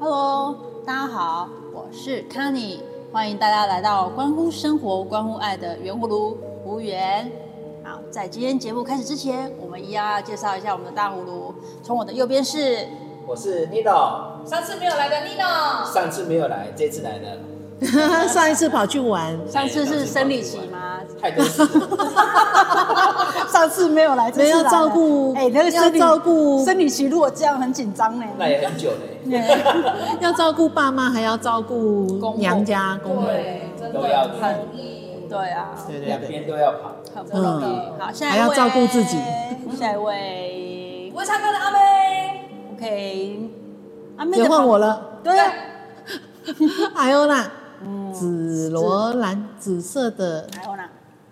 Hello，大家好，我是 c a n n y 欢迎大家来到关乎生活、关乎爱的圆葫芦无缘。好，在今天节目开始之前，我们一样要介绍一下我们的大葫芦。从我的右边是我是 Nido，上次没有来的 Nino，上次没有来，这次来了， 上一次跑去玩，上次是生理期吗？太多事了。 上次没有来，这次没有来了照顾哎、那个要生理照顾生理期，如果这样很紧张呢。那也很久嘞，要照顾爸妈，还要照顾公娘家公婆，对，真的都要不容易。对啊，对对两对，边都要跑。很不容易。嗯好，下一位还要照顾自己。下一位会唱歌的阿妹， ，OK，阿妹也的换旁我，了。对啊，还欧娜，紫罗兰，紫色的，嗯还有呢。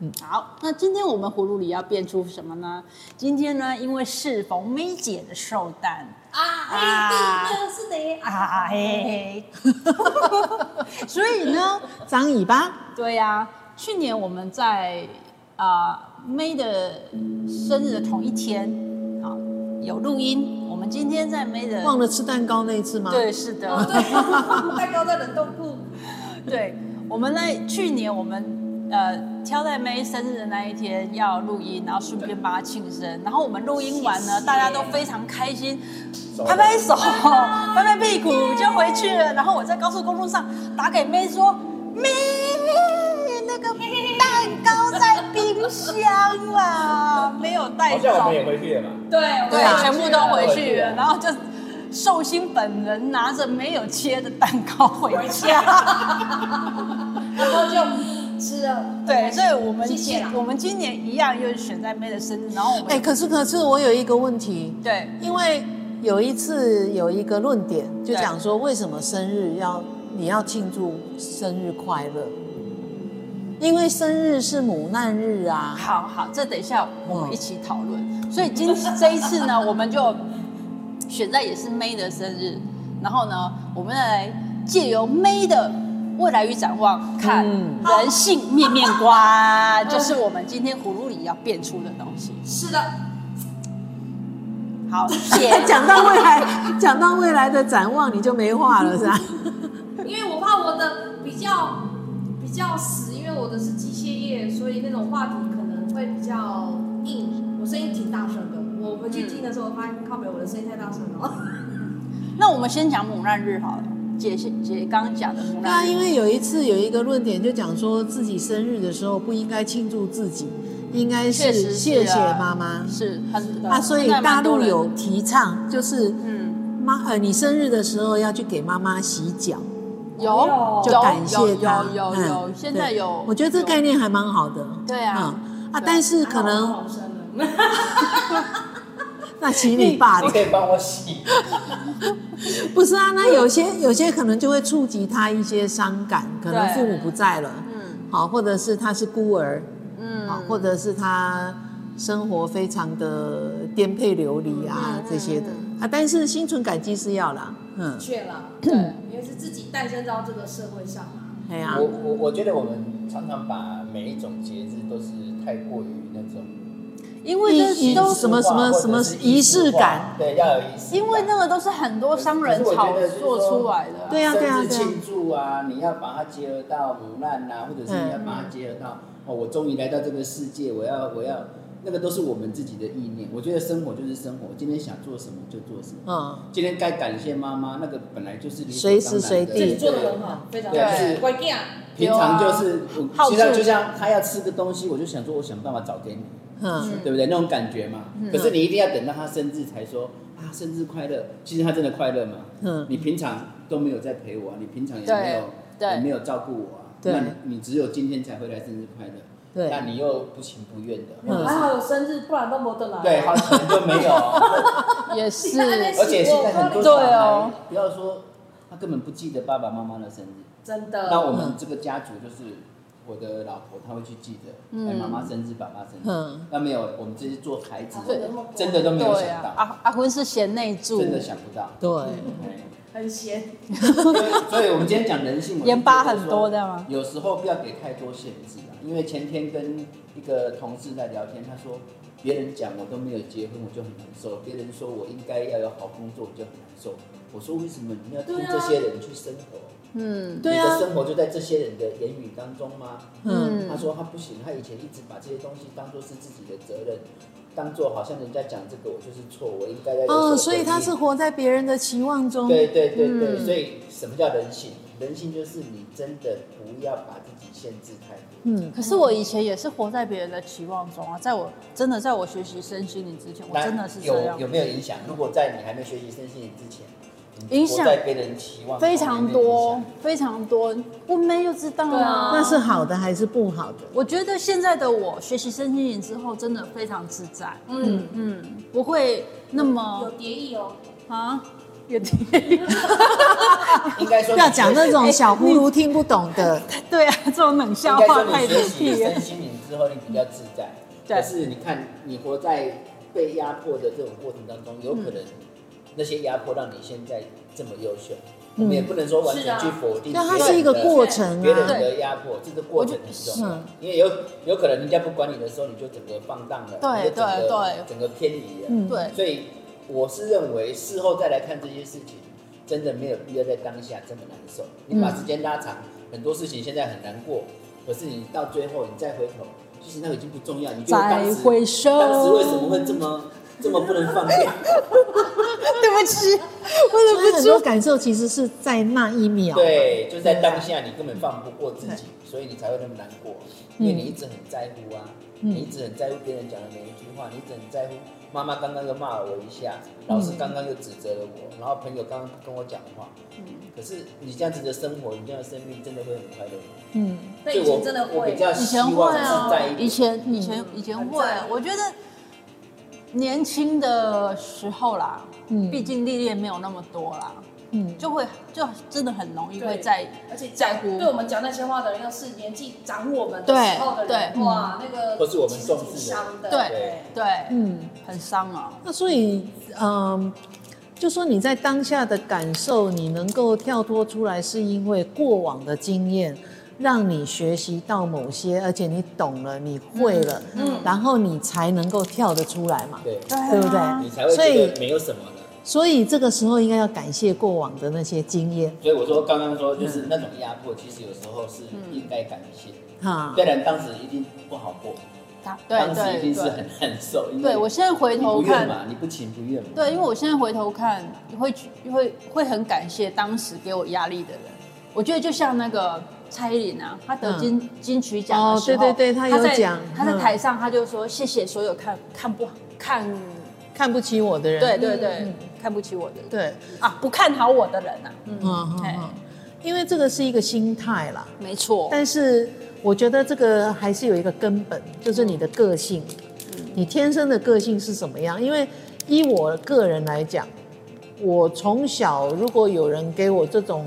嗯，好，那今天我们葫芦里要变出什么呢？今天呢，因为适逢梅姐的寿诞啊，啊哎，对，是的，啊，嘿嘿嘿，所以 呢，张尾巴，对呀、去年我们在啊、May 的生日的同一天啊有录音，我们今天在 May 的忘了吃蛋糕那一次吗？，对，是的，哦对， 蛋糕在冷冻库，对，我们在去年我们呃挑在 May 生日的那一天要录音，然后顺便帮他庆生。然后我们录音完呢，谢谢大家都非常开心，走拍拍手，拍拍屁股就回去了。然后我在高速公路上打给 May 说，May 那个蛋糕在冰箱 啦，没有带好像我走们。也回去了嘛。对，对我，全部都回去了，对然后就寿星本人拿着没有切的蛋糕回 家。然后就吃了，对，所以我们谢谢今啦我们今年一样又选在 May 的生日，然后我们、哎，可是可是我有一个问题，对因为有一次有一个论点就讲说，为什么生日要你要庆祝生日快乐？因为生日是母难日啊。好好，这等一下我们一起讨论。哎所以今这一次呢，我们就选在也是 May 的生日，然后呢，我们来借由 May 的未来与展望，看嗯人性面面观，就是我们今天葫芦里要变出的东西。是的，好， 谢 哎讲到未来，讲到未来的展望，你就没话了，是吧？因为我怕我的比较比较死，因为我的是机械业，所以那种话题可能会比较硬。我声音挺大声的，我回去听的时候发现，靠北，我的声音太大声了。那我们先讲母难日好了，姐先姐刚刚讲的母 那难日，因为有一次有一个论点就讲说自己生日的时候不应该庆祝自己，应该确实是是谢谢啊妈妈是很啊，所以现在大蛮多陆人有提倡就是嗯妈呃，你生日的时候要去给妈妈洗脚，有有就感谢她。有有有嗯有，现在对有，我觉得这个概念还蛮好的。对啊嗯对啊，但是可能好声 了，那请你爸 你了，可以帮我 洗，不是啊？那有些有些可能就会触及他一些伤感，可能对父母不在了，嗯好，或者是他是孤儿，嗯啊，或者是他生活非常的颠沛流离啊嗯这些的嗯啊，但是心存感激是要啦，嗯，确了，对因为是自己诞生到这个社会上嘛。哎呀我，我我觉得我们常常把每一种节日都是太过于那种因为这一都什么什么或者是什么仪仪式感化，对，要有仪式感。因为那个都是很多商人炒作出来的，对啊对啊生日对啊庆祝啊，你要把它结合到母难啊，或者是你要把它结合嗯到、哦，我终于来到这个世界，我要我要，那个都是我们自己的意念。我觉得生活就是生活，今天想做什么就做什么。嗯，今天该感谢妈妈，那个本来就是理所随时当然的随地这对你做的很好，非常对好就是乖囝，平常就是，好我，处其实就像他要吃个东西，我就想说，我想办法找给你，嗯，对不对？那种感觉嘛。可是你一定要等到他生日才说啊，生日快乐。其实他真的快乐吗？嗯你平常都没有在陪我啊，你平常也对没有，对也没有照顾我啊。对那你你只有今天才回来生日快乐，对那你又不情不愿的，嗯还好有生日，不然都没得来。对，他可能就没有哦。 也是而且现在很多小对哦孩，不要说他根本不记得爸爸妈妈的生日。真的。那我们这个家族就是我的老婆，她会去记得，哎，妈妈生日，爸爸生日嗯。那没有，我们这些做孩子对的，真的都没有对想啊，到，阿阿坤是贤内助真，的想不到。对，哎很闲，所以，所以我们今天讲人性，我就盐巴觉得说很多这样吗啊有时候不要给太多限制啊，因为前天跟一个同事在聊天，他说：“别人讲我都没有结婚，我就很难受；别人说我应该要有好工作，我就很难受。我说为什么你要听对啊这些人去生活？嗯对啊你的生活就在这些人的言语当中吗？嗯，他说他不行，他以前一直把这些东西当做是自己的责任，当做好像人家讲这个我就是错，我应该在哦，所以他是活在别人的期望中。对对对对，哦嗯所以什么叫人性？人性就是你真的不要把自己限制太多。嗯，可是我以前也是活在别人的期望中啊，在我真的在我学习身心灵之前，我那真的是这有样，有没有影响？如果在你还没学习身心灵之前，影响你活在别人期望非常有没有多影响非常多，问妹就知道对啊那是好的还是不好的？我觉得现在的我学习身心灵之后，真的非常自在，嗯，嗯，不会那有么蝶意哦，啊，有点应该说不要讲那种应小葫哎芦听不懂的。 对啊，这种冷笑该话说太你学冷习僻了身。心灵之后，你比较自在。 对但是你看，你活在被压迫的这种过程当中，有嗯可能那些压迫让你现在这么优秀。我嗯们也不能说完是全啊去否定别那人的，它是一个过程别人啊，的压迫，这个过程很重我要就，因为有有可能人家不管你的时候，你就整个放荡了，对你就整个对对整个偏离了。嗯对所以我是认为事后再来看这些事情，真的没有必要在当下这么难受。你把时间拉长，很多事情现在很难过，可是你到最后你再回头，其实那个已经不重要。你觉得当再时回哎首，当时为什么会这么这么不能放下？对不起，所以我很忍多不住。感受其实是在那一秒。，对，就在啊当下，你根本放不过自己，嗯所以你才会那么难过，因为你一直很在乎啊，嗯你一直很在乎别人讲的每一句话，你一直很在乎妈妈刚刚又骂了我一下，老师刚刚又指责了我，嗯然后朋友刚刚跟我讲话，可是你这样子的生活，你这样的生命真的会很快乐吗？嗯，那所以以前我真的我会比，较以希前会望是在啊一，个以前以前以前会啊很在，我觉得年轻的时候啦，嗯毕竟历练没有那么多啦，嗯，就会就真的很容易对会在而且在乎对我们讲那些话的人，要是年纪长我们的时候的人，对哇，那个或是我们其实重挺视的伤的，对对，嗯。很伤啊。那所以，嗯，就说你在当下的感受，你能够跳脱出来，是因为过往的经验让你学习到某些，而且你懂了，你会了，嗯然后你才能够跳得出来嘛，对，啊对不对？你才会所觉以得，没有什么了。所以这个时候应该要感谢过往的那些经验，所以我说刚刚说嗯就是那种压迫，其实有时候是应该感谢，哈，虽然当时一定不好过。他嗯对当时一对定是对，很难受，因为对我现在回头你不看愿，嘛，你不情不愿嘛。对，因为我现在回头看，会会会很感谢当时给我压力的人。我觉得就像那个蔡依林啊，她得金、金曲奖的时候，嗯哦对对对她有在讲她在嗯台上，她就说谢谢所有看看不看，看不起我的人，对对对，看不起我的人嗯对，啊，不看好我的人啊，嗯，嗯嗯哎嗯，因为这个是一个心态啦，没错，但是我觉得这个还是有一个根本，就是你的个性，你天生的个性是什么样？因为依我个人来讲，我从小如果有人给我这种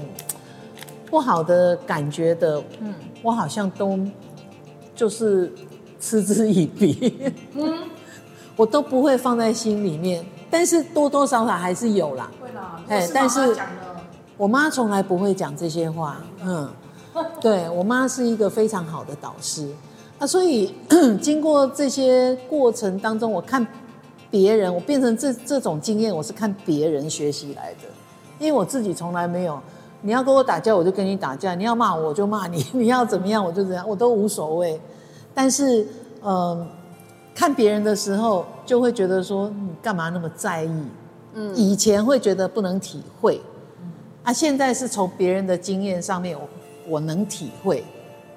不好的感觉的，嗯，我好像都就是嗤之以鼻，嗯， 我都不会放在心里面，但是多多少少还是有啦。会啦，哎就是但妈是妈讲的，我妈从来不会讲这些话，嗯，对我妈是一个非常好的导师，啊，所以 经过这些过程当中，我看别人，我变成这这种经验，我是看别人学习来的，因为我自己从来没有。你要跟我打架，我就跟你打架；你要骂我，我就骂你； 你要怎么样，我就怎样，我都无所谓。但是，嗯、看别人的时候，就会觉得说你干嘛那么在意？嗯，以前会觉得不能体会，啊，现在是从别人的经验上面，我我能体会，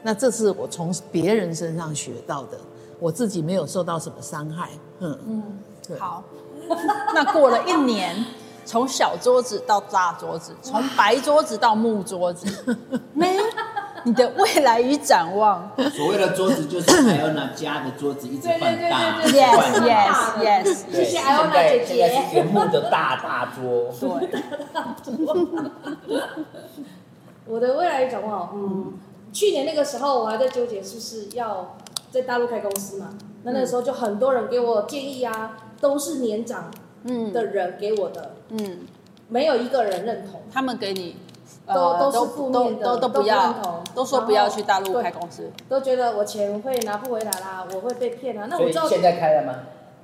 那这是我从别人身上学到的，我自己没有受到什么伤害，嗯嗯，对好，那过了一年，从小桌子到大桌子，从白桌子到木桌 子，没，你的未来与展望所谓的桌子就是还要拿家的桌子一直放大，对对对对对放，yes 大 yes yes，对谢谢艾欧娜现在姐姐现在是原木的大大桌，对，我的未来展望，嗯，去年那个时候我还在纠结是不是要在大陆开公司嘛，那那时候就很多人给我建议啊，都是年长嗯的人给我的，嗯，没有一个人认同。他们给你。都呃都是负面的都都都不不要认同，都说不然要后去大陆对开公司。都觉得我钱会拿不回来啦，我会被骗啊。那所我以知道，现在开了吗？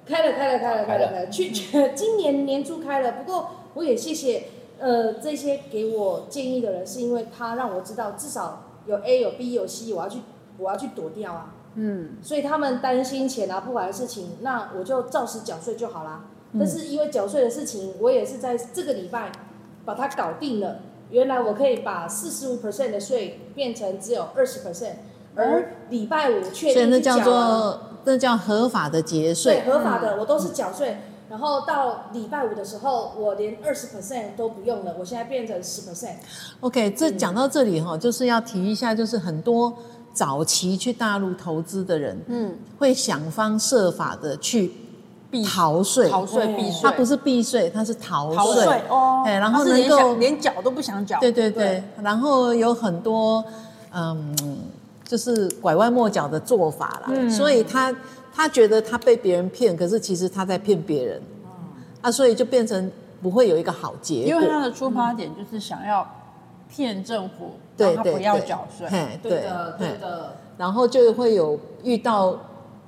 开了，开了，开了，开开了了，开了。去，今年年初开了，不过我也谢谢呃这些给我建议的人，是因为他让我知道至少有 A 有 B 有 C，我要去我要去躲掉啊。嗯，所以他们担心钱啊不管的事情，那我就照实缴税就好啦。嗯但是因为缴税的事情，我也是在这个礼拜把它搞定了。原来我可以把四十五 percent 的税变成只有二十 percent，而礼拜五哦确定所以那去缴叫了做那叫合法的节税嗯对，合法的，我都是缴税。然后到礼拜五的时候，我连二十 percent 都不用了，我现在变成十 percent。 OK，这讲到这里哈、就是要提一下，就是很多早期去大陆投资的人，嗯，会想方设法的去避逃税，逃税避税，他不是避税，他是逃逃税。税哦，哎然后他是连能够想连缴都不想缴，对对对对，然后有很多嗯，就是拐弯抹角的做法啦，嗯所以他他觉得他被别人骗，可是其实他在骗别人，啊，所以就变成不会有一个好结果，嗯因为他的出发点就是想要骗政府，对让他对不要缴税，嘿对对的，嘿对的。然后就会有遇到，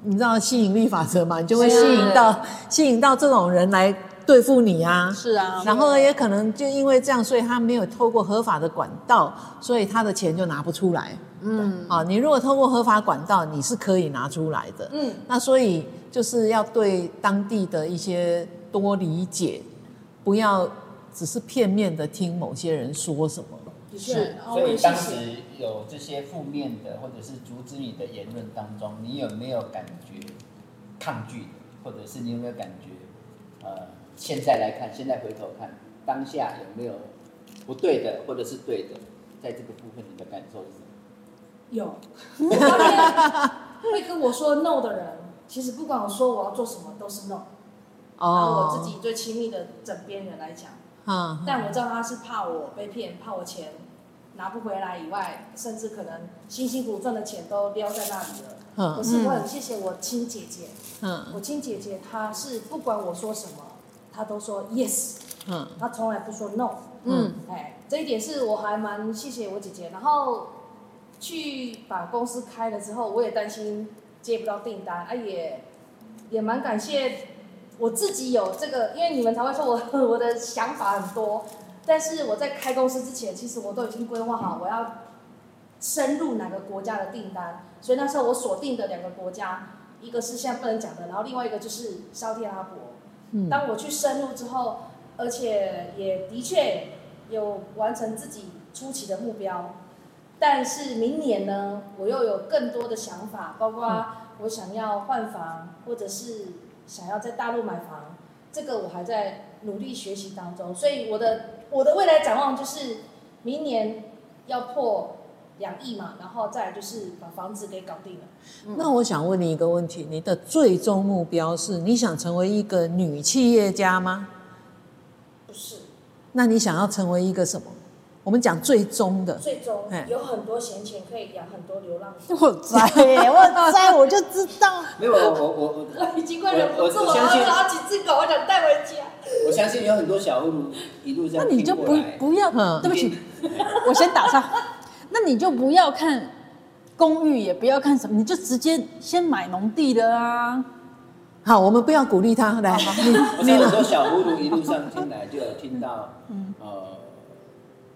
你知道吸引力法则嘛？你就会是啊吸引到吸引到这种人来对付你啊。是啊，然后呢，也可能就因为这样，所以他没有透过合法的管道，所以他的钱就拿不出来。嗯，啊，你如果透过合法管道，你是可以拿出来的。嗯，那所以就是要对当地的一些多理解，不要只是片面的听某些人说什么。的确是，然后所我也以谢当谢。时有这些负面的或者是阻止你的言论当中，你有没有感觉抗拒的，或者是你有没有感觉，呃，现在来看，现在回头看，当下有没有不对的或者是对的，在这个部分你的感受是什么？有，会跟我说 no 的人，其实不管我说我要做什么都是 no。拿哦我自己最亲密的枕边人来讲，啊，嗯但我知道他是怕我被骗，怕我钱拿不回来以外，甚至可能辛辛苦苦赚的钱都撩在那里了。可嗯是我很谢谢我亲姐姐，嗯我亲姐姐她是不管我说什么，她都说 yes，嗯她从来不说 no。嗯哎，这一点是我还蛮谢谢我姐姐。然后去把公司开了之后，我也担心接不到订单，啊也也蛮感谢我自己有这个，因为你们才会说呃我我的想法很多，但是我在开公司之前，其实我都已经规划好我要深入哪个国家的订单，所以那时候我锁定的两个国家，一个是现在不能讲的，然后另外一个就是沙特阿拉伯。嗯当我去深入之后，而且也的确有完成自己初期的目标，但是明年呢，我又有更多的想法，包括我想要换房，或者是想要在大陆买房，这个我还在努力学习当中，所以我的我的未来展望就是明年要破两亿嘛，然后再来就是把房子给搞定了。那我想问你一个问题：你的最终目标是你想成为一个女企业家吗？不是，那你想要成为一个什么？我们讲最终的，最终哎有很多闲钱可以养很多流浪狗。我栽哎耶，我 栽，我就知道。没有，我我我我 我已经快忍不住我我了，相信要找几只狗，我想带回家。我相信有很多小葫芦一路这那样你听就过不来。不要嗯，对不起，我先打岔。 那你就不要看公寓，也不要看什么，你就直接先买农地的啊。好，我们不要鼓励他来，我你想你很呢？多小葫芦一路上进来就有听到， 嗯呃，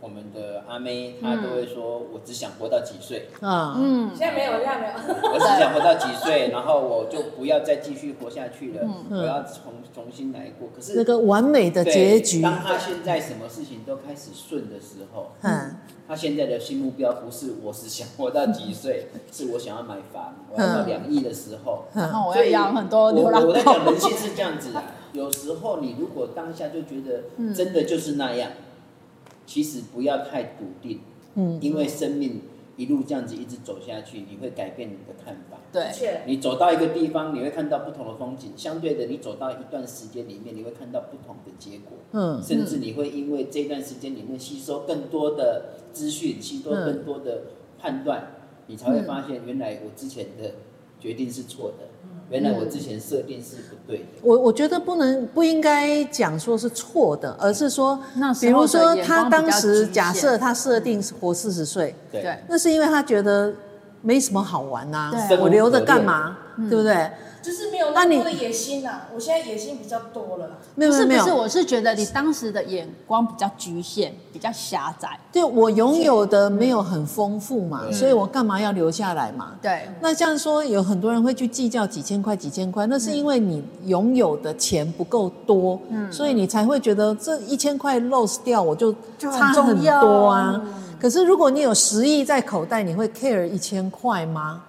我们的阿妹她都会说，我只想活到几岁，啊，嗯现在没有，现在没有。我只想活到几 岁，然后我就不要再继续活下去了，嗯我要重重新来过。可是那个完美的对结局，当她现在什么事情都开始顺的时候，嗯她现在的新目标不是我只想活到 几岁，是我想要买房，我嗯要到两亿的时候，然后我所要以养很多流浪我我在讲狗人。性是这样子的，有时候你如果当下就觉嗯得真的就是那样，其实不要太笃定，嗯，因为生命一路这样子一直走下去，你会改变你的看法。对的， 确，你走到一个地方，你会看到不同的风景；相对的，你走到一段时间里面，你会看到不同的结果。嗯甚至你会因为这段时间里面吸收更多的资讯，吸收更多的判断，你才会发现原来我之前的决定是错的，原来我之前设定是不对的。我我觉得不能不应该讲说是错的，而是说那，比时候的如说眼他光比较当时局假限嗯设他设定是活四十岁，对，对那是因为他觉得没什么好玩呐、啊对嗯我留着干嘛？对不对？就是没有那那么你多的野心啦、我现在野心比较多了啦。没有不是不没有没是，有，我是觉得你当时的眼光比较局限，比较狭窄。对我拥有的没有很丰富嘛，嗯所以我干嘛要留下来嘛？对，那像说有很多人会去计较几千块、几千块，嗯那是因为你拥有的钱不够多，所以你才会觉得这一千块 lose 掉我就就很差很重要多啊。可是如果你有十亿在口袋，你会 care 一千块吗？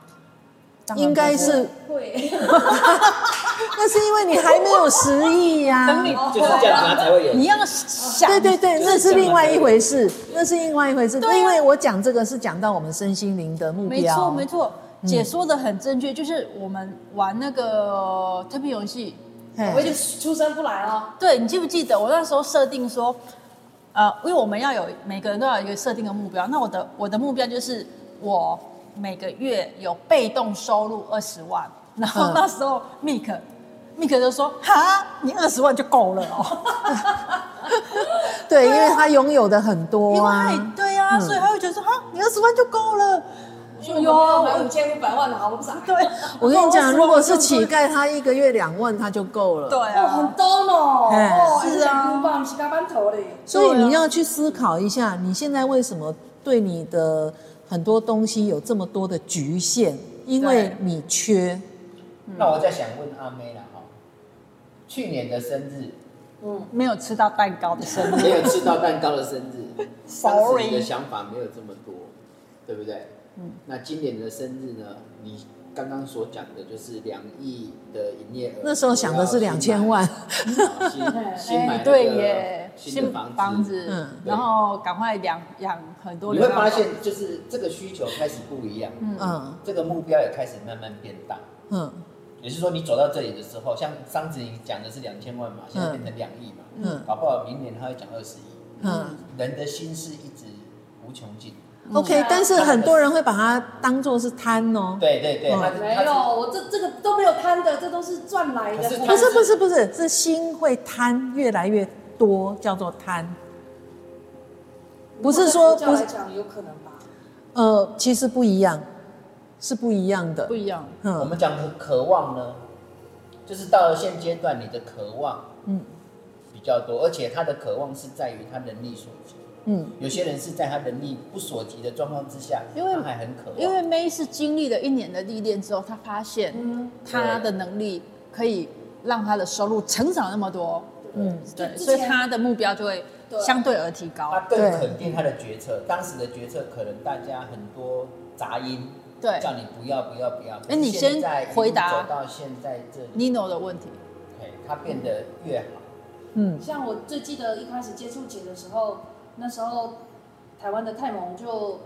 应该是， 会，那是因为你还没有十亿 呀、就是这样子他才会有。你要想，对 对对，那这是样另外的一回事，那是另外一回事。对啊因为我讲这个是讲到我们身心灵的目标，没错没错，嗯姐说的很正确，就是我们玩那个特别游戏，嘿我已经出生不来哦了。对你记不记得我那时候设定说，呃，因为我们要有每个人都要有一个设定的目标，那我的我的目标就是我每个月有被动收入二十万，然后嗯那时候 Mik、Mik 就说哈，你二十万就够了哦，对，因为他拥有的很啊多因为他啊也，对啊，嗯所以他会觉得说哈，你二十万就够了，我因说为有哎我啊，没有买我五千五百万的好 不傻。对，我跟你20讲，万如 果哦我是就乞丐，他一个月两万他就够了。对，哦，很啊，懂哦，哎哦，是啊五百不是加班头嘞。所以你要去思考一下，你现在为什么对你的很多东西有这么多的局限？因为对你缺。那我再想问阿妹了哈，去年的生日没有吃到蛋糕的生日。 没有吃到蛋糕的生日，当时 Sorry 你的想法没有这么多，对不对？嗯。那今年的生日呢？你刚刚所讲的就是两亿的营业额，那时候想的是我要去买两千万，好新 新买哎那个对耶，新的房房子，嗯然后赶快养养很多你流会浪狗。发现就是这个需求开始不一样，嗯这个目标也开始慢慢变大。嗯也就是说，你走到这里的时候，像上次你讲的是两千万嘛，现在变成两亿嘛，嗯搞不好明年他会讲二十亿。嗯。人的心是一直无穷尽， OK，但是很多人会把它当做是贪哦。对对对，嗯他是没有，我这这个都没有贪的，这都是赚来的可是。不是不是不是，是心会贪越来越多，叫做贪。不是说不不来是讲有可能吧？呃，其实不一样，是不一样的不。一样，我嗯们讲的渴望呢，就是到了现阶段，你的渴望嗯比较多，而且他的渴望是在于他能力所及。嗯，有些人是在他能力不所及的状况之下，因为他还很渴望，因为 May 是经历了一年的历练之后，她发现嗯，她的能力可以让她的收入成长那么多，嗯对，之所以前她的目标就会对相对而提他高。更对肯定他的决策。当时的决策可能大家很多杂音，对叫你不要不要不要。哎你先现在一路回答走到现在这里， Nino 的问题，哎，他变得越好。嗯像我最记得一开始接触姐的时候，那时候台湾的泰蒙就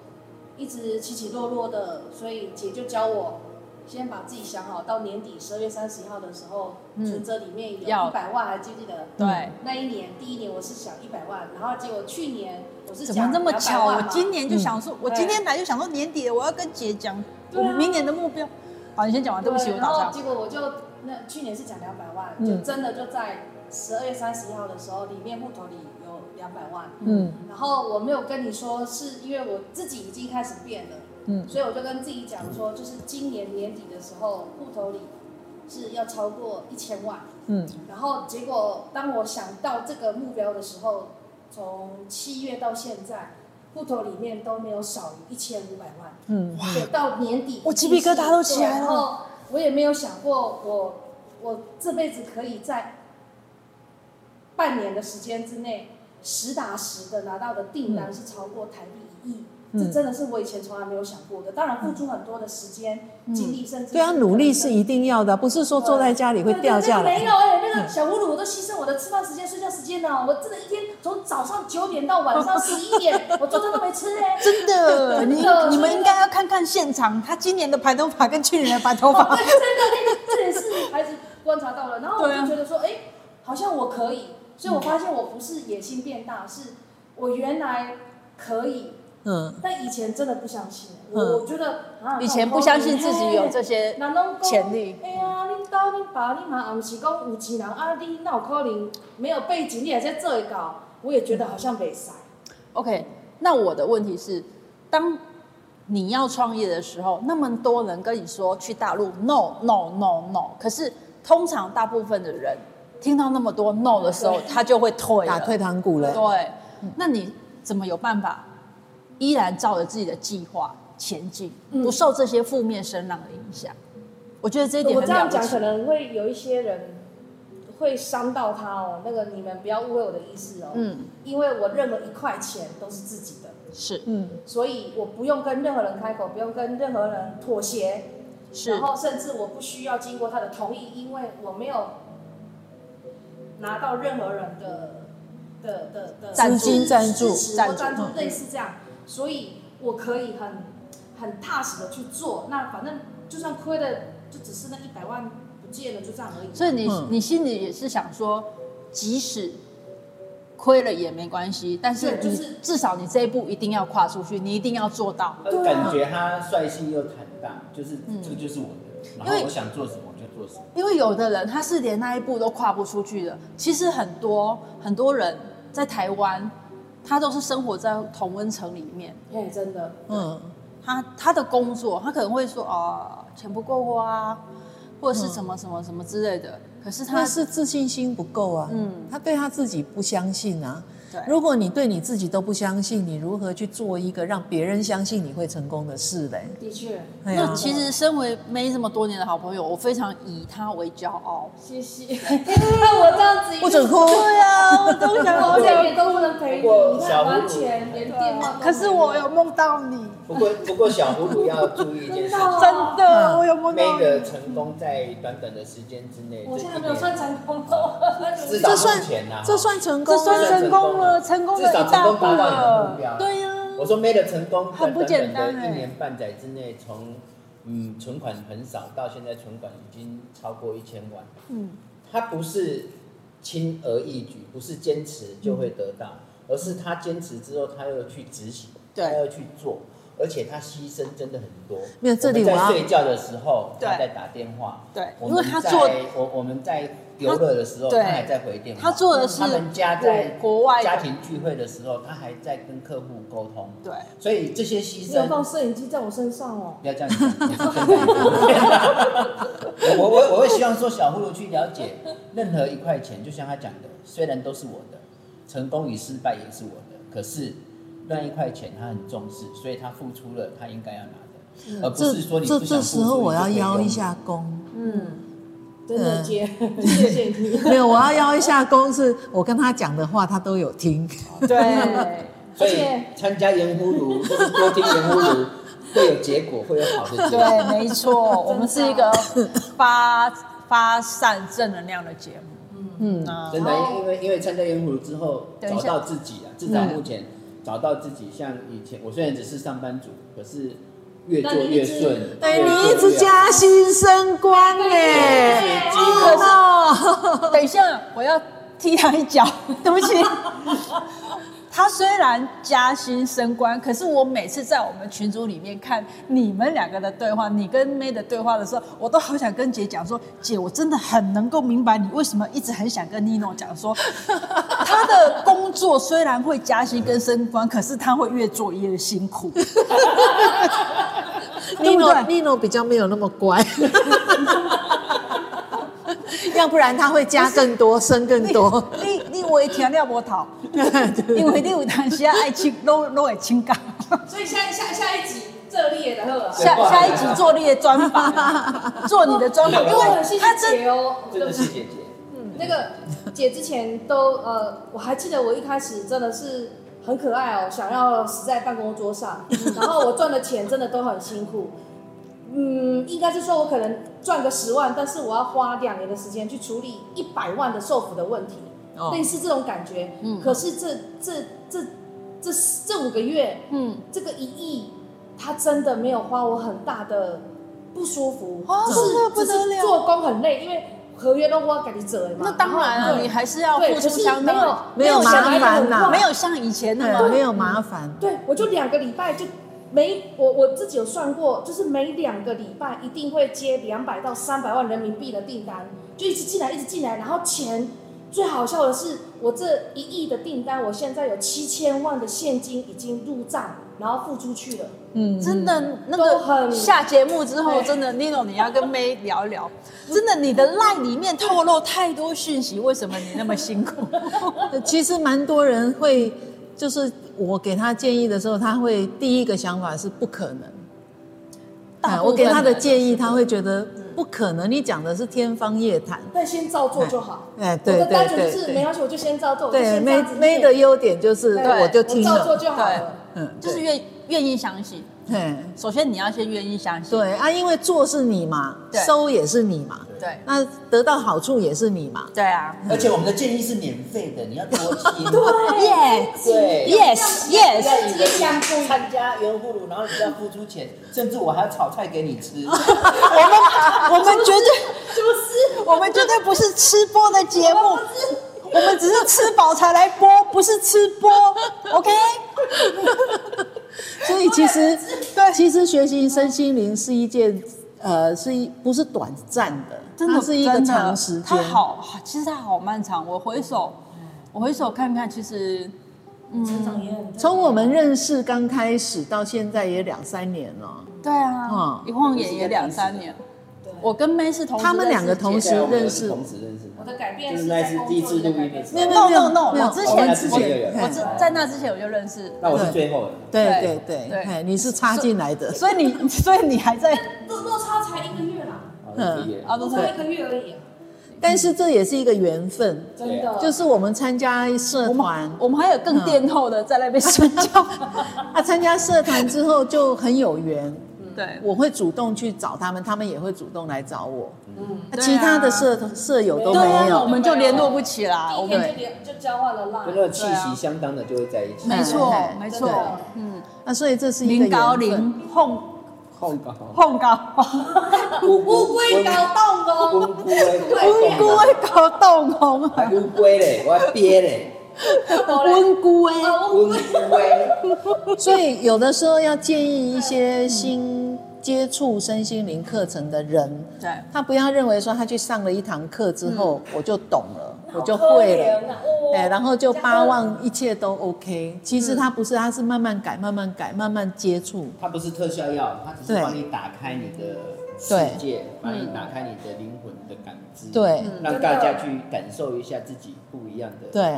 一直起起落落的，所以姐就教我先把自己想好，到年底十二月三十一号的时候，嗯存折里面有要一百万，还记不记得？对，那一年第一年我是想一百万，然后结果去年我是怎么想那么200巧？万我嘛今年就想说，我今嗯对天来就想说年底了我要跟姐讲对我啊明年的目标。好，你先讲完，对不起，我然打后岔。结果我就那去年是讲两百万，嗯就真的就在十二月三十一号的时候，里面户头里有两百万。嗯然后我没有跟你说，是因为我自己已经开始变了，嗯所以我就跟自己讲说，就是今年年底的时候，户头里是要超过一千万。嗯然后结果当我想到这个目标的时候，从七月到现在，户头里面都没有少于一千五百万。嗯对，到年底，我鸡皮疙瘩都起来了对然后我也没有想过我，我这辈子可以在半年的时间之内，实打实的拿到的订单是超过台币一亿。嗯这真的是我以前从来没有想过的。当然，付出很多的时间、精力，甚至对啊，努力是一定要的，啊不是说坐在家里会掉下对对对来。嗯没有哎、那个小葫芦我都牺牲我的吃饭时间、睡觉时间了、我真的一天从早上九点到晚上十一 点，我中餐都没吃哎、真 的，你真的你们应该要看看现场，他今年的白头发跟去年的白头 发，这也是孩子观察到了，然后我啊就觉得说，哎、好像我可以，所嗯以我发现我不是野心变大，是我原来可以，嗯，但以前真的不相信，嗯我我觉得啊，以前不相信自己有这些嘿。哪能讲潜力哎呀，恁兜恁爸恁妈也毋是讲有钱人啊，你哪有可能没有背景，你也在做会到？我也觉得好像袂使。 OK，那我的问题是，当你要创业的时候，那么多人跟你说去大陆 no no no no，可是通常大部分的人听到那么多 no 的时候，他就会退打了。退堂鼓了。对，啊那你怎么有办法依然照着自己的计划前进，嗯不受这些负面声浪的影响？我觉得这一点我很这样了不讲可起。能会有一些人会伤到他哦，那个你们不要误会我的意思哦，嗯，因为我任何一块钱都是自己的，是嗯，所以我不用跟任何人开口，不用跟任何人妥协，是然，后甚至我不需要经过他的同意，因为我没有拿到任何人的的的的赞助支持赞助支持赞或助赞助嗯，类似这样，所以我可以很很踏实的去做。那反正就算亏了，就只是那一百万不见了，就这样而已。所以你、嗯你心里也是想说，即使亏了也没关系，但是对就你是至少你这一步一定要跨出去，你一定要做到。呃感觉他率性又坦荡，就是、这个就是我的，嗯然因为后我想做什么我就做 什么。因为有的人他是连那一步都跨不出去的。其实很多很多人在台湾，他都是生活在同温层里面。哎，真的，嗯，他他的工作，他可能会说哦，钱不够花，或者是什么什么什么之类的。可是他他是自信心不够啊，嗯他对他自己不相信啊。对如果你对你自己都不相信，你如何去做一个让别人相信你会成功的事嘞？的确，那哎呀，其实身为妹这么多年的好朋友，我非常以他为骄傲。谢谢。 那我这样子，不准哭，对啊，我都想我这边都不能陪你，我你小看葫芦完全连电话都没可是我有梦到你，不过不过小葫芦要注意一件事真情的哦。真的，我有梦那到你。个成功在短短的时间之内，我这现一在还没有点算成功哦，至 这少算目前呐、啊，这算成功这吗，算成功了，成功至了少一成大功步达到你的了目。标。对呀、我说 made 成功，很不短简短单短的欸一年半载之内，从嗯存款很少到现在存款已经超过一千万，嗯，它不是轻而易举，不是坚持就会得到，而是他坚持之后，他要去执行，嗯对他要去做。而且他牺牲真的很多。没有这里我们我要在睡觉的时候，对他在打电话。对我因为们他在做我我们在游乐的时候，他对他还在回电话。他做的是他们家在国国外的家庭聚会的时候，他还在跟客户沟通。对，所以这些牺你有牲，放摄影机在我身上哦。不要这样讲。 我我我我会希望说，小葫芦去了解任何一块钱，就像他讲的，虽然都是我的，成功与失败也是我的，可是那一块钱他很重视，所以他付出了他应该要拿的，而不这是说你这不这想时付候出。我要你就可以邀用一，下功，嗯，真的 姐，谢谢你。没有，我要邀一下功，是我跟他讲的话，他都有听。对，所而以且参加盐葫芦就是多听盐葫芦，会有结果，会有好的结果。对，没错，我们是一个发发散正能量的节目。嗯，嗯，真然后的，因为因为参加盐葫芦之后，等一找下到自己啊，至少目前找到自己。像以前，我虽然只是上班族，可是越做越顺。哎，越做你越一直加薪升官哎、对欸，对哦，等一下，我要踢他一脚， 对不起。他虽然加薪升官，可是我每次在我们群组里面看你们两个的对话，你跟妹的对话的时候，我都好想跟姐讲说，姐，我真的很能够明白你为什么一直很想跟 Nino 讲说，他的工作虽然会加薪跟升官，可是他会越做越辛苦。对不对 Nino Nino 比较没有那么乖，要不然他会加更多，升更多。你你你为听了无 头，因为你有当时啊爱请，拢拢会请假。所以下下下一集这列的啊呵，下下一集做你的专 访，做你的专访，因为我很谢他谢真姐哦，真的对不是起，姐姐，那个姐之前都呃，我还记得我一开始真的是很可爱哦，想要死在办公桌 上，然后我赚的钱真的都很辛苦。嗯，应该是说我可能赚个十万，但是我要花两年的时间去处理一百万的受苦的问题，哦类似这种感觉。嗯可是这这这这这五个月，嗯，这个一亿，它真的没有花我很大的不舒服，哦只是真的不得了只是做工很累，因为合约都我给你折了嘛。那当然啊，对你还是要付对，可出是相没有当，没有想麻来的烦很呐快没有像以前那对，么没有麻烦。对，我就两个礼拜就每我我自己有算过，就是每两个礼拜一定会接两百到三百万人民币的订单，就一直进来，一直进来，然后钱最好笑的是，我这一亿的订单，我现在有七千万的现金已经入账，然后付出去了。嗯，真的，那都个很下节目之后，对真的 Nino，你要跟 May 聊一聊，真的，你的 line 里面透露太多讯息，为什么你那么辛苦？ 其实蛮多人会，就是我给他建议的时候，他会第一个想法是不可能。哎大部分我给他的人建议，他会觉得不可能。你讲的是天方夜谭。但先照做就好。哎，对我的单对纯对就是没对，关系，我就先照做，我就对先这妹样子妹念的优点就是对我就听照做了，就好了。嗯，就是愿愿意相信。对首先你要先愿意相信，对啊，因为做是你嘛，对收也是你嘛，对那得到好处也是你嘛，对啊，而且我们的建议是免费的，你要多听。耶对 yes 不要 yes，以为你参加圆葫芦，然后你要付出钱，甚至我还要炒菜给你吃。啊我们我们绝对就是我们绝对不是吃播的节目，我们只是吃饱才来播，不是吃播，OK？ 所以其实，其实学习身心灵是一件，呃，是一不是短暂的，它是一个真的长时间。它好，其实它好漫长。我回首，我回首看看，其实成长也很从我们认识刚开始到现在也两三年了，对啊嗯，一晃眼也两三年。我跟妹是同时他们两个认识同时姐对啊我们认识同时认识。我的改变就是是那一在次工第一作次的录改音变的。时没有候， No no no！没有我之我前们之我前有我之在那之前我就认识，那我是最后的。对对对对，对哎，你是插进来的，所以你所以你还在落落差才一个月啦，好那毕业啊，落都差是一个月而已啊，但是这也是一个缘分，真的。就是我们参加社我团们，我们还有更垫后的在那边睡觉。啊，参加社团之后就很有缘，对，嗯我会主动去找他们，他们也会主动来找我，嗯，啊其他的社舍友都没对啊，我有，们就联络不起啊啦。第我一们天就连就交换了就那 line，个气息相当的就会在一起。没错哎，没真错的，嗯，那啊所以这是一个零高缘分。零碰控高，碰高，乌龟搞 动哦，乌龟，温姑会搞冻红啊，乌龟嘞，我要憋嘞，温姑哎，乌龟。所以有的时候要建议一些新接触身心灵课程的人，对，嗯他不要认为说他去上了一堂课之后、我就懂了，我就好可会怜了。啊哦哎，然后就巴望一切都 OK。其嗯实他不是，他是慢慢改、慢慢改、慢慢接触。它不是特效药，它只是对帮你打开你的世界，帮你打开你的灵魂的感知，对让大家去感受一下自己不一样的对，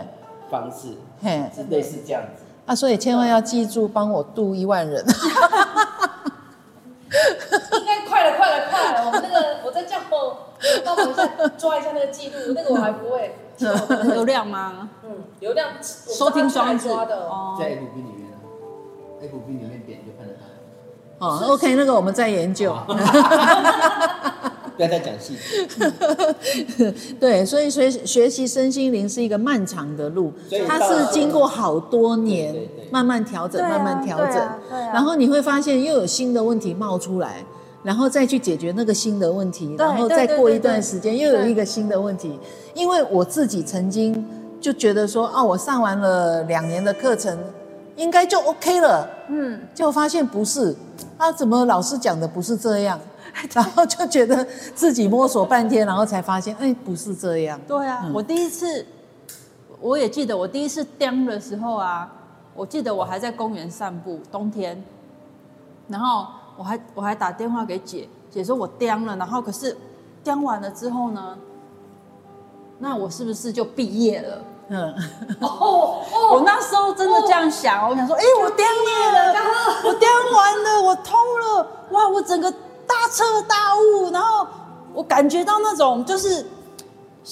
方式，嘿，是类似这样子。啊，所以千万要记住，帮我度一 万人。应该快了，快了，快了！我们那个，我在叫我帮我一下抓一下那个记录，那个我还不 会。流量吗？嗯，流量我是收听装按置抓的，哦在 F B 里面啊，F B 里面点就看得到，哦，OK，那个我们再研究。不要再讲细节。对，所以学学习身心灵是一个漫长的路所以，它到了是经过好多年对对对慢慢调整，对啊慢慢调整对啊对啊，然后你会发现又有新的问题冒出来。然后再去解决那个新的问题，对然后对再对过对一段对时间又有对一个新的问题。因为我自己曾经就觉得说，啊，我上完了两年的课程，应该就 OK 了。嗯，结果发现不是，啊，怎么老师讲的不是这 样？然后就觉得自己摸索半天，然后才发现，哎，不是这样。对啊，我第一次，我也记得我第一次当的时候啊，我记得我还在公园散步，冬天，然后我还我还打电话给姐，姐说我当了，然后可是当完了之后呢，那我是不是就毕业了？嗯，哦我哦，那时候真的这样想，我想说，哎、我颠了，哦我颠完了，我通了，哇，我整个大彻大悟，然后我感觉到那种就是，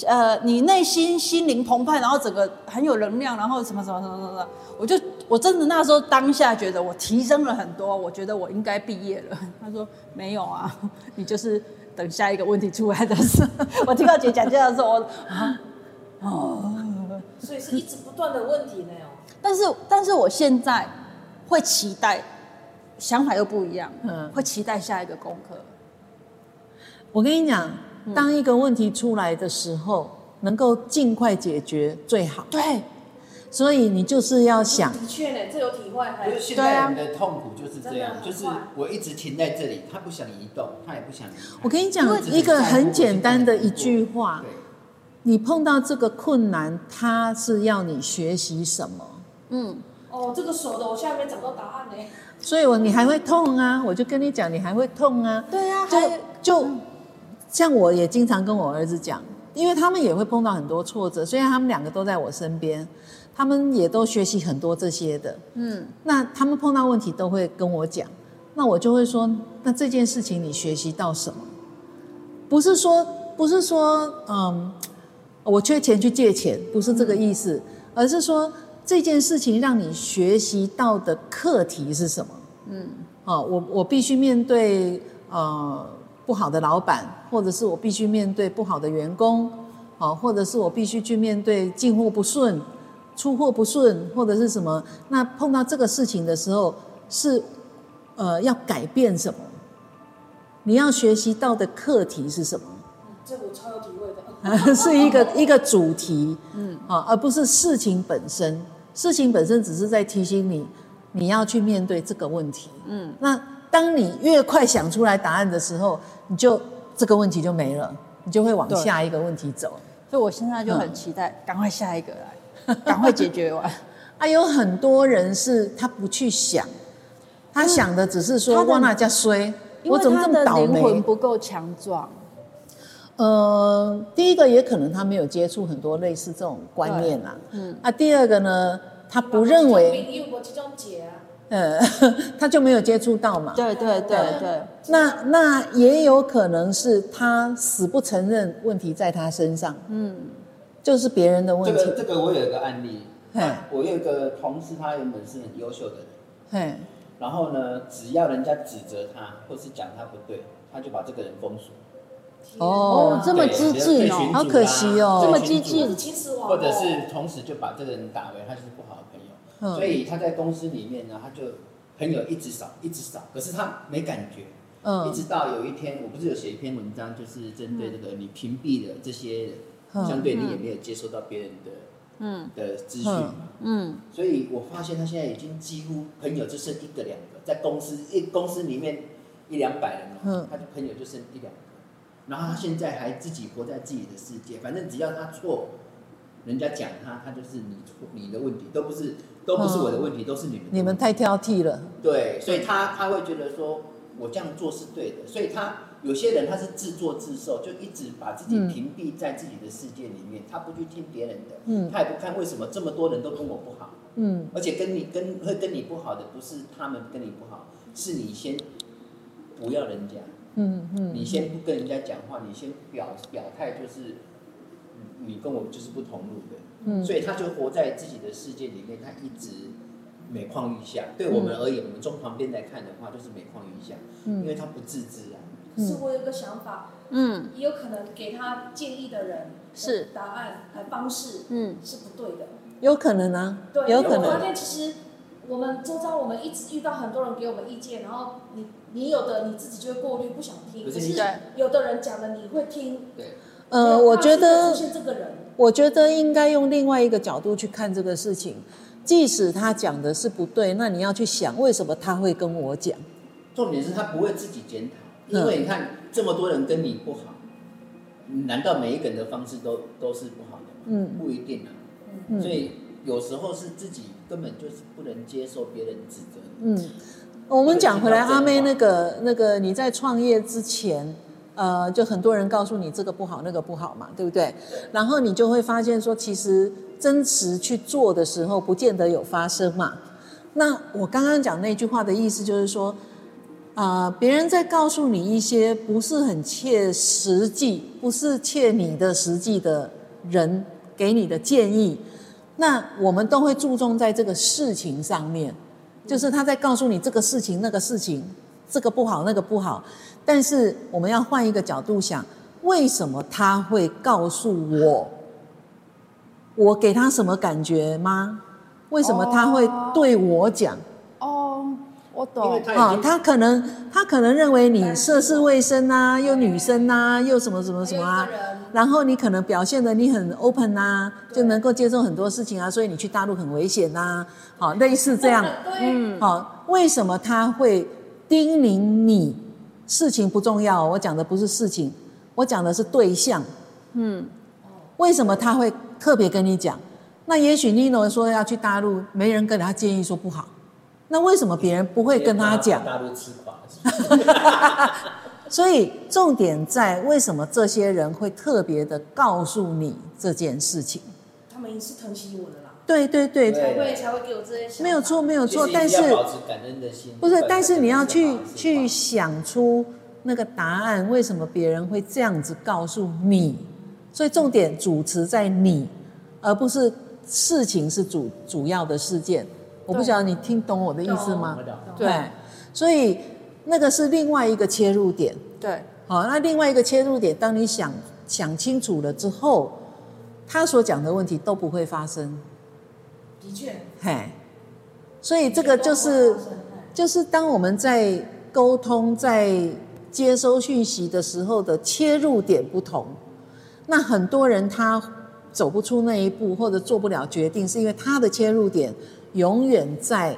呃，你内心心灵澎湃，然后整个很有能量，然后什么什么什么什么什么，我就我真的那时候当下觉得我提升了很多，我觉得我应该毕业了。 他说没有啊，你就是等下一个问题出来的时候，我听到姐讲这样的时候，我啊。哦，所以是一直不断的问题呢哦。但是，但是我现在会期待，想法又不一样，嗯嗯，会期待下一个功课。我跟你讲，当一个问题出来的时候，能够尽快解决最好。对，所以你就是要想，的确呢，这有体会，啊还就是现在人的痛苦就是这样，就是我一直停在这里，他不想移动，他也不想离开。我跟你因为讲，一个很简单的一句话对，你碰到这个困难，他是要你学习什么？嗯，哦，这个手的，我现在没找到答案呢。所以我你还会痛啊，我就跟你讲，你还会痛啊。对啊，就还就像我也经常跟我儿子讲，因为他们也会碰到很多挫折，虽然他们两个都在我身边，他们也都学习很多这些的。嗯那他们碰到问题都会跟我讲，那我就会说，那这件事情你学习到什么？不是说不是说嗯，我缺钱去借钱，不是这个嗯意思，而是说这件事情让你学习到的课题是什么？嗯哦，我我必须面对呃不好的老板，或者是我必须面对不好的员工，哦，或者是我必须去面对进货不顺、出货不顺，或者是什么。那碰到这个事情的时候，是呃要改变什么？你要学习到的课题是什么？这个我超有体会 的。是一个一个主题嗯啊，而不是事情本身。事情本身只是在提醒你，你要去面对这个问题。嗯，那当你越快想出来答案的时候，你就这个问题就没了，你就会往对下一个问题走。所以我现在就很期待，赶快下一个来，赶快解决完。啊，有很多人是他不去想，他想的只是说嗯他的哇那家衰，因我为怎么他这么的倒灵魂霉？不够强壮，呃，第一个也可能他没有接触很多类似这种观念啦、啊。嗯啊，第二个呢，他不认为，因为我其中解啊，呃， 他就没有接触到嘛。对对对对，那那也有可能是他死不承认问题在他身上，嗯就是别人的这问个题。这个我有一个案例嘿，我有一个同事，他原本是很优秀的人，嘿，然后呢，只要人家指责他或是讲他不对，他就把这个人封锁。啊哦这么机智哦啊好可惜哦这么机智天哪，秦始皇哦，或者是从此就把这个人打为他就是不好的朋友。嗯所以他在公司里面呢，他就朋友一直少，一直少，可是他没感觉。一嗯直到有一天，我不是有写一篇文章，就是针对这个你屏蔽了这些人，嗯相对你也没有接收到别人的嗯的资讯嘛。嗯，所以我发现他现在已经几乎朋友就剩一个两个，在公司一公司里面一两百人哦嗯，他的朋友就剩一两个，然后他现在还自己活在自己的世界，反正只要他错，人家讲他，他就是你错你的问题，都不是都不是我的问题，都是你们的嗯你们问题太挑剔了。对，所以他他会觉得说我这样做是对的，所以他有些人他是自作自受，就一直把自己嗯屏蔽在自己的世界里面，他不去听别人的，嗯他也不看为什么这么多人都跟我不好，嗯而且跟你跟会跟你不好的不是他们跟你不好，是你先不要人家，嗯嗯，你先不跟人家讲话，你先表表态就是你你跟我就是不同路的，嗯所以他就活在自己的世界里面，他一直每况愈下。对我们而言，我们从旁边来看的话，就是每况愈下，因为他不自知啊。可是我有个想法，嗯也有可能给他建议的人是答案呃方式嗯是不对的。有可能啊，对，有因为可我发能。现其实我们周遭我们一直遇到很多人给我们意见，然后你你有的你自己就会过滤不想听，可可是是对有的人讲的你会听。对，啊呃，没有我觉怕得出现这个人，我觉得应该用另外一个角度去看这个事情。即使他讲的是不对，那你要去想为什么他会跟我讲。重点是他不会自己检讨，嗯因为你看这么多人跟你不好，难道每一个人的方式都都是不好的吗？嗯不一定啊。嗯所以有时候是自己根本就是不能接受别人指责你。嗯，我们讲回来，对听到这个阿妹话那个那个，你在创业之前，呃，就很多人告诉你这个不好那个不好嘛，对不对？然后你就会发现说，其实真实去做的时候，不见得有发生嘛。那我刚刚讲那句话的意思就是说，啊、别人在告诉你一些不是很切实际、不是切你的实际的人给你的建议，那我们都会注重在这个事情上面，就是他在告诉你这个事情、那个事情，这个不好、那个不好。但是我们要换一个角度想，为什么他会告诉我？我给他什么感觉吗？为什么他会哦对我讲？哦，我因为懂，他已啊经，他可能他可能认为你涉世未深啊，又女生啊，又什么什么什么还啊有一个人，然后你可能表现的你很 open 啊，对就能够接受很多事情啊，所以你去大陆很危险呐、啊，好，类似这样，嗯对，好，为什么他会叮咛你？事情不重要，我讲的不是事情，我讲的是对象。嗯为什么他会特别跟你讲？那也许 Nino 说要去大陆，没人跟他建议说不好，那为什么别人不会跟他讲？大陆吃垮了是不是，所以重点在为什么这些人会特别的告诉你这件事情？他们是疼惜我的啦，对对 对，对才会才会给我这些想法没有错，没有错其实，一定但是要保持感恩的心，不是管？但是你要去这是好去事想出那个答案，为什么别人会这样子告诉你？所以重点主持在你，而不是事情是主主要的事件。我不对晓得你听懂我的意思吗懂我懂？对，所以那个是另外一个切入点。对好，那另外一个切入点，当你想想清楚了之后，他所讲的问题都不会发生。的确，嘿，所以这个就是就是当我们在沟通、在接收讯息的时候的切入点不同，那很多人他走不出那一步或者做不了决定，是因为他的切入点永远在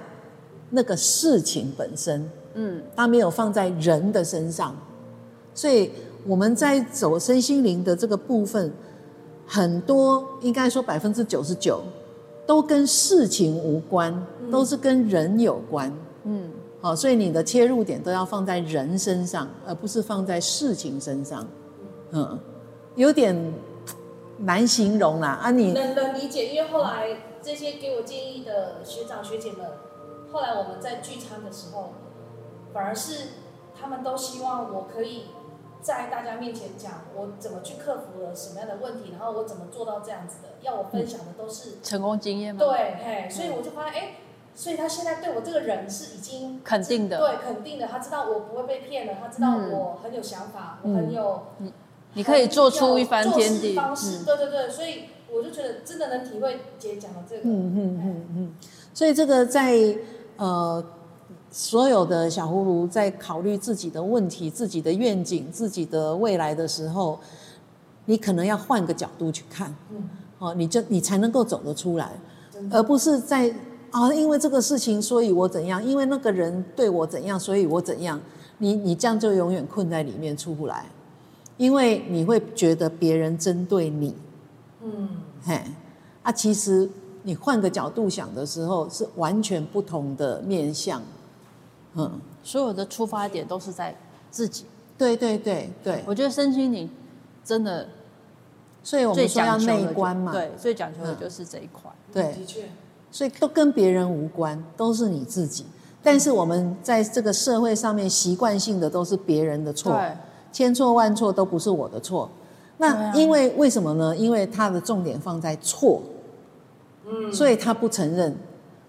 那个事情本身，嗯，他没有放在人的身上，所以我们在走身心灵的这个部分，很多应该说百分之九十九都跟事情无关，都是跟人有关。嗯，好、所以你的切入点都要放在人身上，而不是放在事情身上。嗯，有点难形容啦啊嗯你！能能理解，因为后来这些给我建议的学长学姐们，后来我们在聚餐的时候，反而是他们都希望我可以在大家面前讲我怎么去克服了什么样的问题，然后我怎么做到这样子的，要我分享的都是、成功经验吗？对，嘿，所以我就发现，哎、所以他现在对我这个人是已经肯定的对，肯定的，他知道我不会被骗了，他知道嗯我很有想法，嗯我很有。你可以做出一番做天事地。方式，嗯，对对对，所以我就觉得真的能体会姐讲的这个，嗯嗯嗯嗯，所以这个在呃，所有的小葫芦在考虑自己的问题、自己的愿景、自己的未来的时候，你可能要换个角度去看，嗯哦，你就你才能够走得出来，真的而不是在啊，因为这个事情，所以我怎样，因为那个人对我怎样，所以我怎样，你你这样就永远困在里面出不来，因为你会觉得别人针对你，嗯，嘿，啊，其实你换个角度想的时候，是完全不同的面向。嗯，所有的出发点都是在自己。对对对对，我觉得身心灵真的所以我最们说要讲究的内就观嘛，对，最讲究的嗯就是这一块。对，的确，所以都跟别人无关，都是你自己。但是我们在这个社会上面习惯性的都是别人的错，对，千错万错都不是我的错。对那啊因为、为什么呢？因为他的重点放在错，嗯，所以他不承认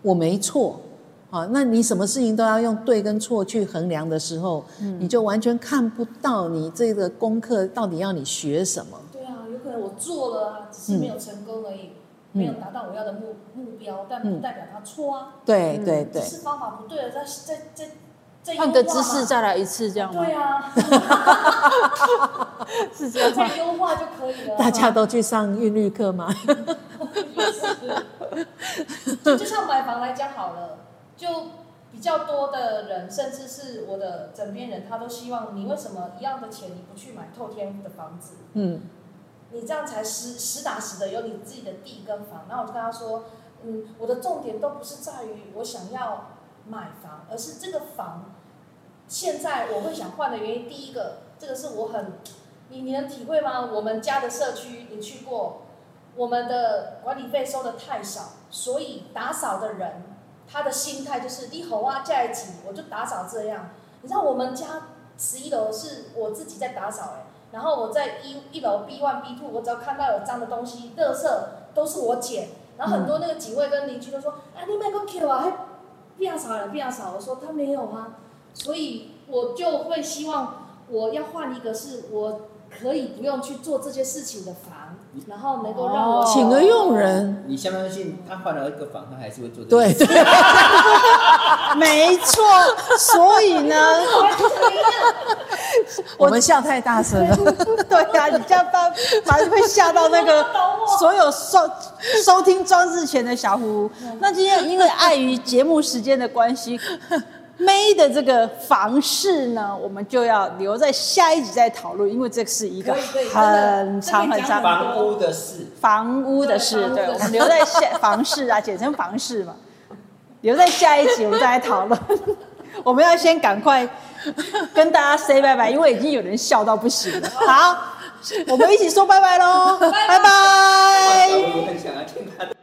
我没错。好，那你什么事情都要用对跟错去衡量的时候，你就完全看不到你这个功课到底要你学什么。对啊，有可能我做了啊，只是没有成功而已，嗯没有达到我要的目目标，但不代表他错啊，对嗯对只对，是方法不对了，再再再再优化换嘛个姿势再来一次，这样吗对？ 啊，是这样吗？再优化就可以了，大家都去上韵律课吗？ 也是， 就就像买房来讲好了，就比较多的人，甚至是我的枕边人，他都希望你为什么一样的钱你不去买透天的房子，嗯，你这样才实实打实的有你自己的地跟房。然后我就跟他说，嗯，我的重点都不是在于我想要买房，而是这个房现在我会想换的原因，第一个，这个是我很，你你能体会吗？我们家的社区你去过，我们的管理费收的太少，所以打扫的人他的心态就是你吼啊在一起，我就打扫这样。你知道我们家十一楼是我自己在打扫哎、然后我在一一楼 B one B two，我只要看到有脏的东西、垃圾都是我捡。然后很多那个警卫跟邻居都说：“啊，你买个 Q 啊，还不要扫了，不要扫。”我说他没有啊，所以我就会希望我要换一个是我可以不用去做这些事情的房，然后能够让我、哦请个佣 人，你相不相信他换了一个房，他还是会做这对 个事？对，没错，所以 呢，我们笑太大声了。对啊，你这样把把会吓到那个所有收收嗯听装置前的小葫芦。那今天因为碍于节目时间的关系， 妹的这个房事呢，我们就要留在下一集再讨论，因为这是一个可以可以真的很长这可很以长讲的房屋的事，房屋的事，对，对房屋的事我们留在 下房事啊，简称房事嘛，留在下一集我们再来讨论。 我们要先赶快跟大家 say 拜拜，因为已经有人笑到不行了。好，我们一起说拜拜喽，拜拜拜。我很想要听他的。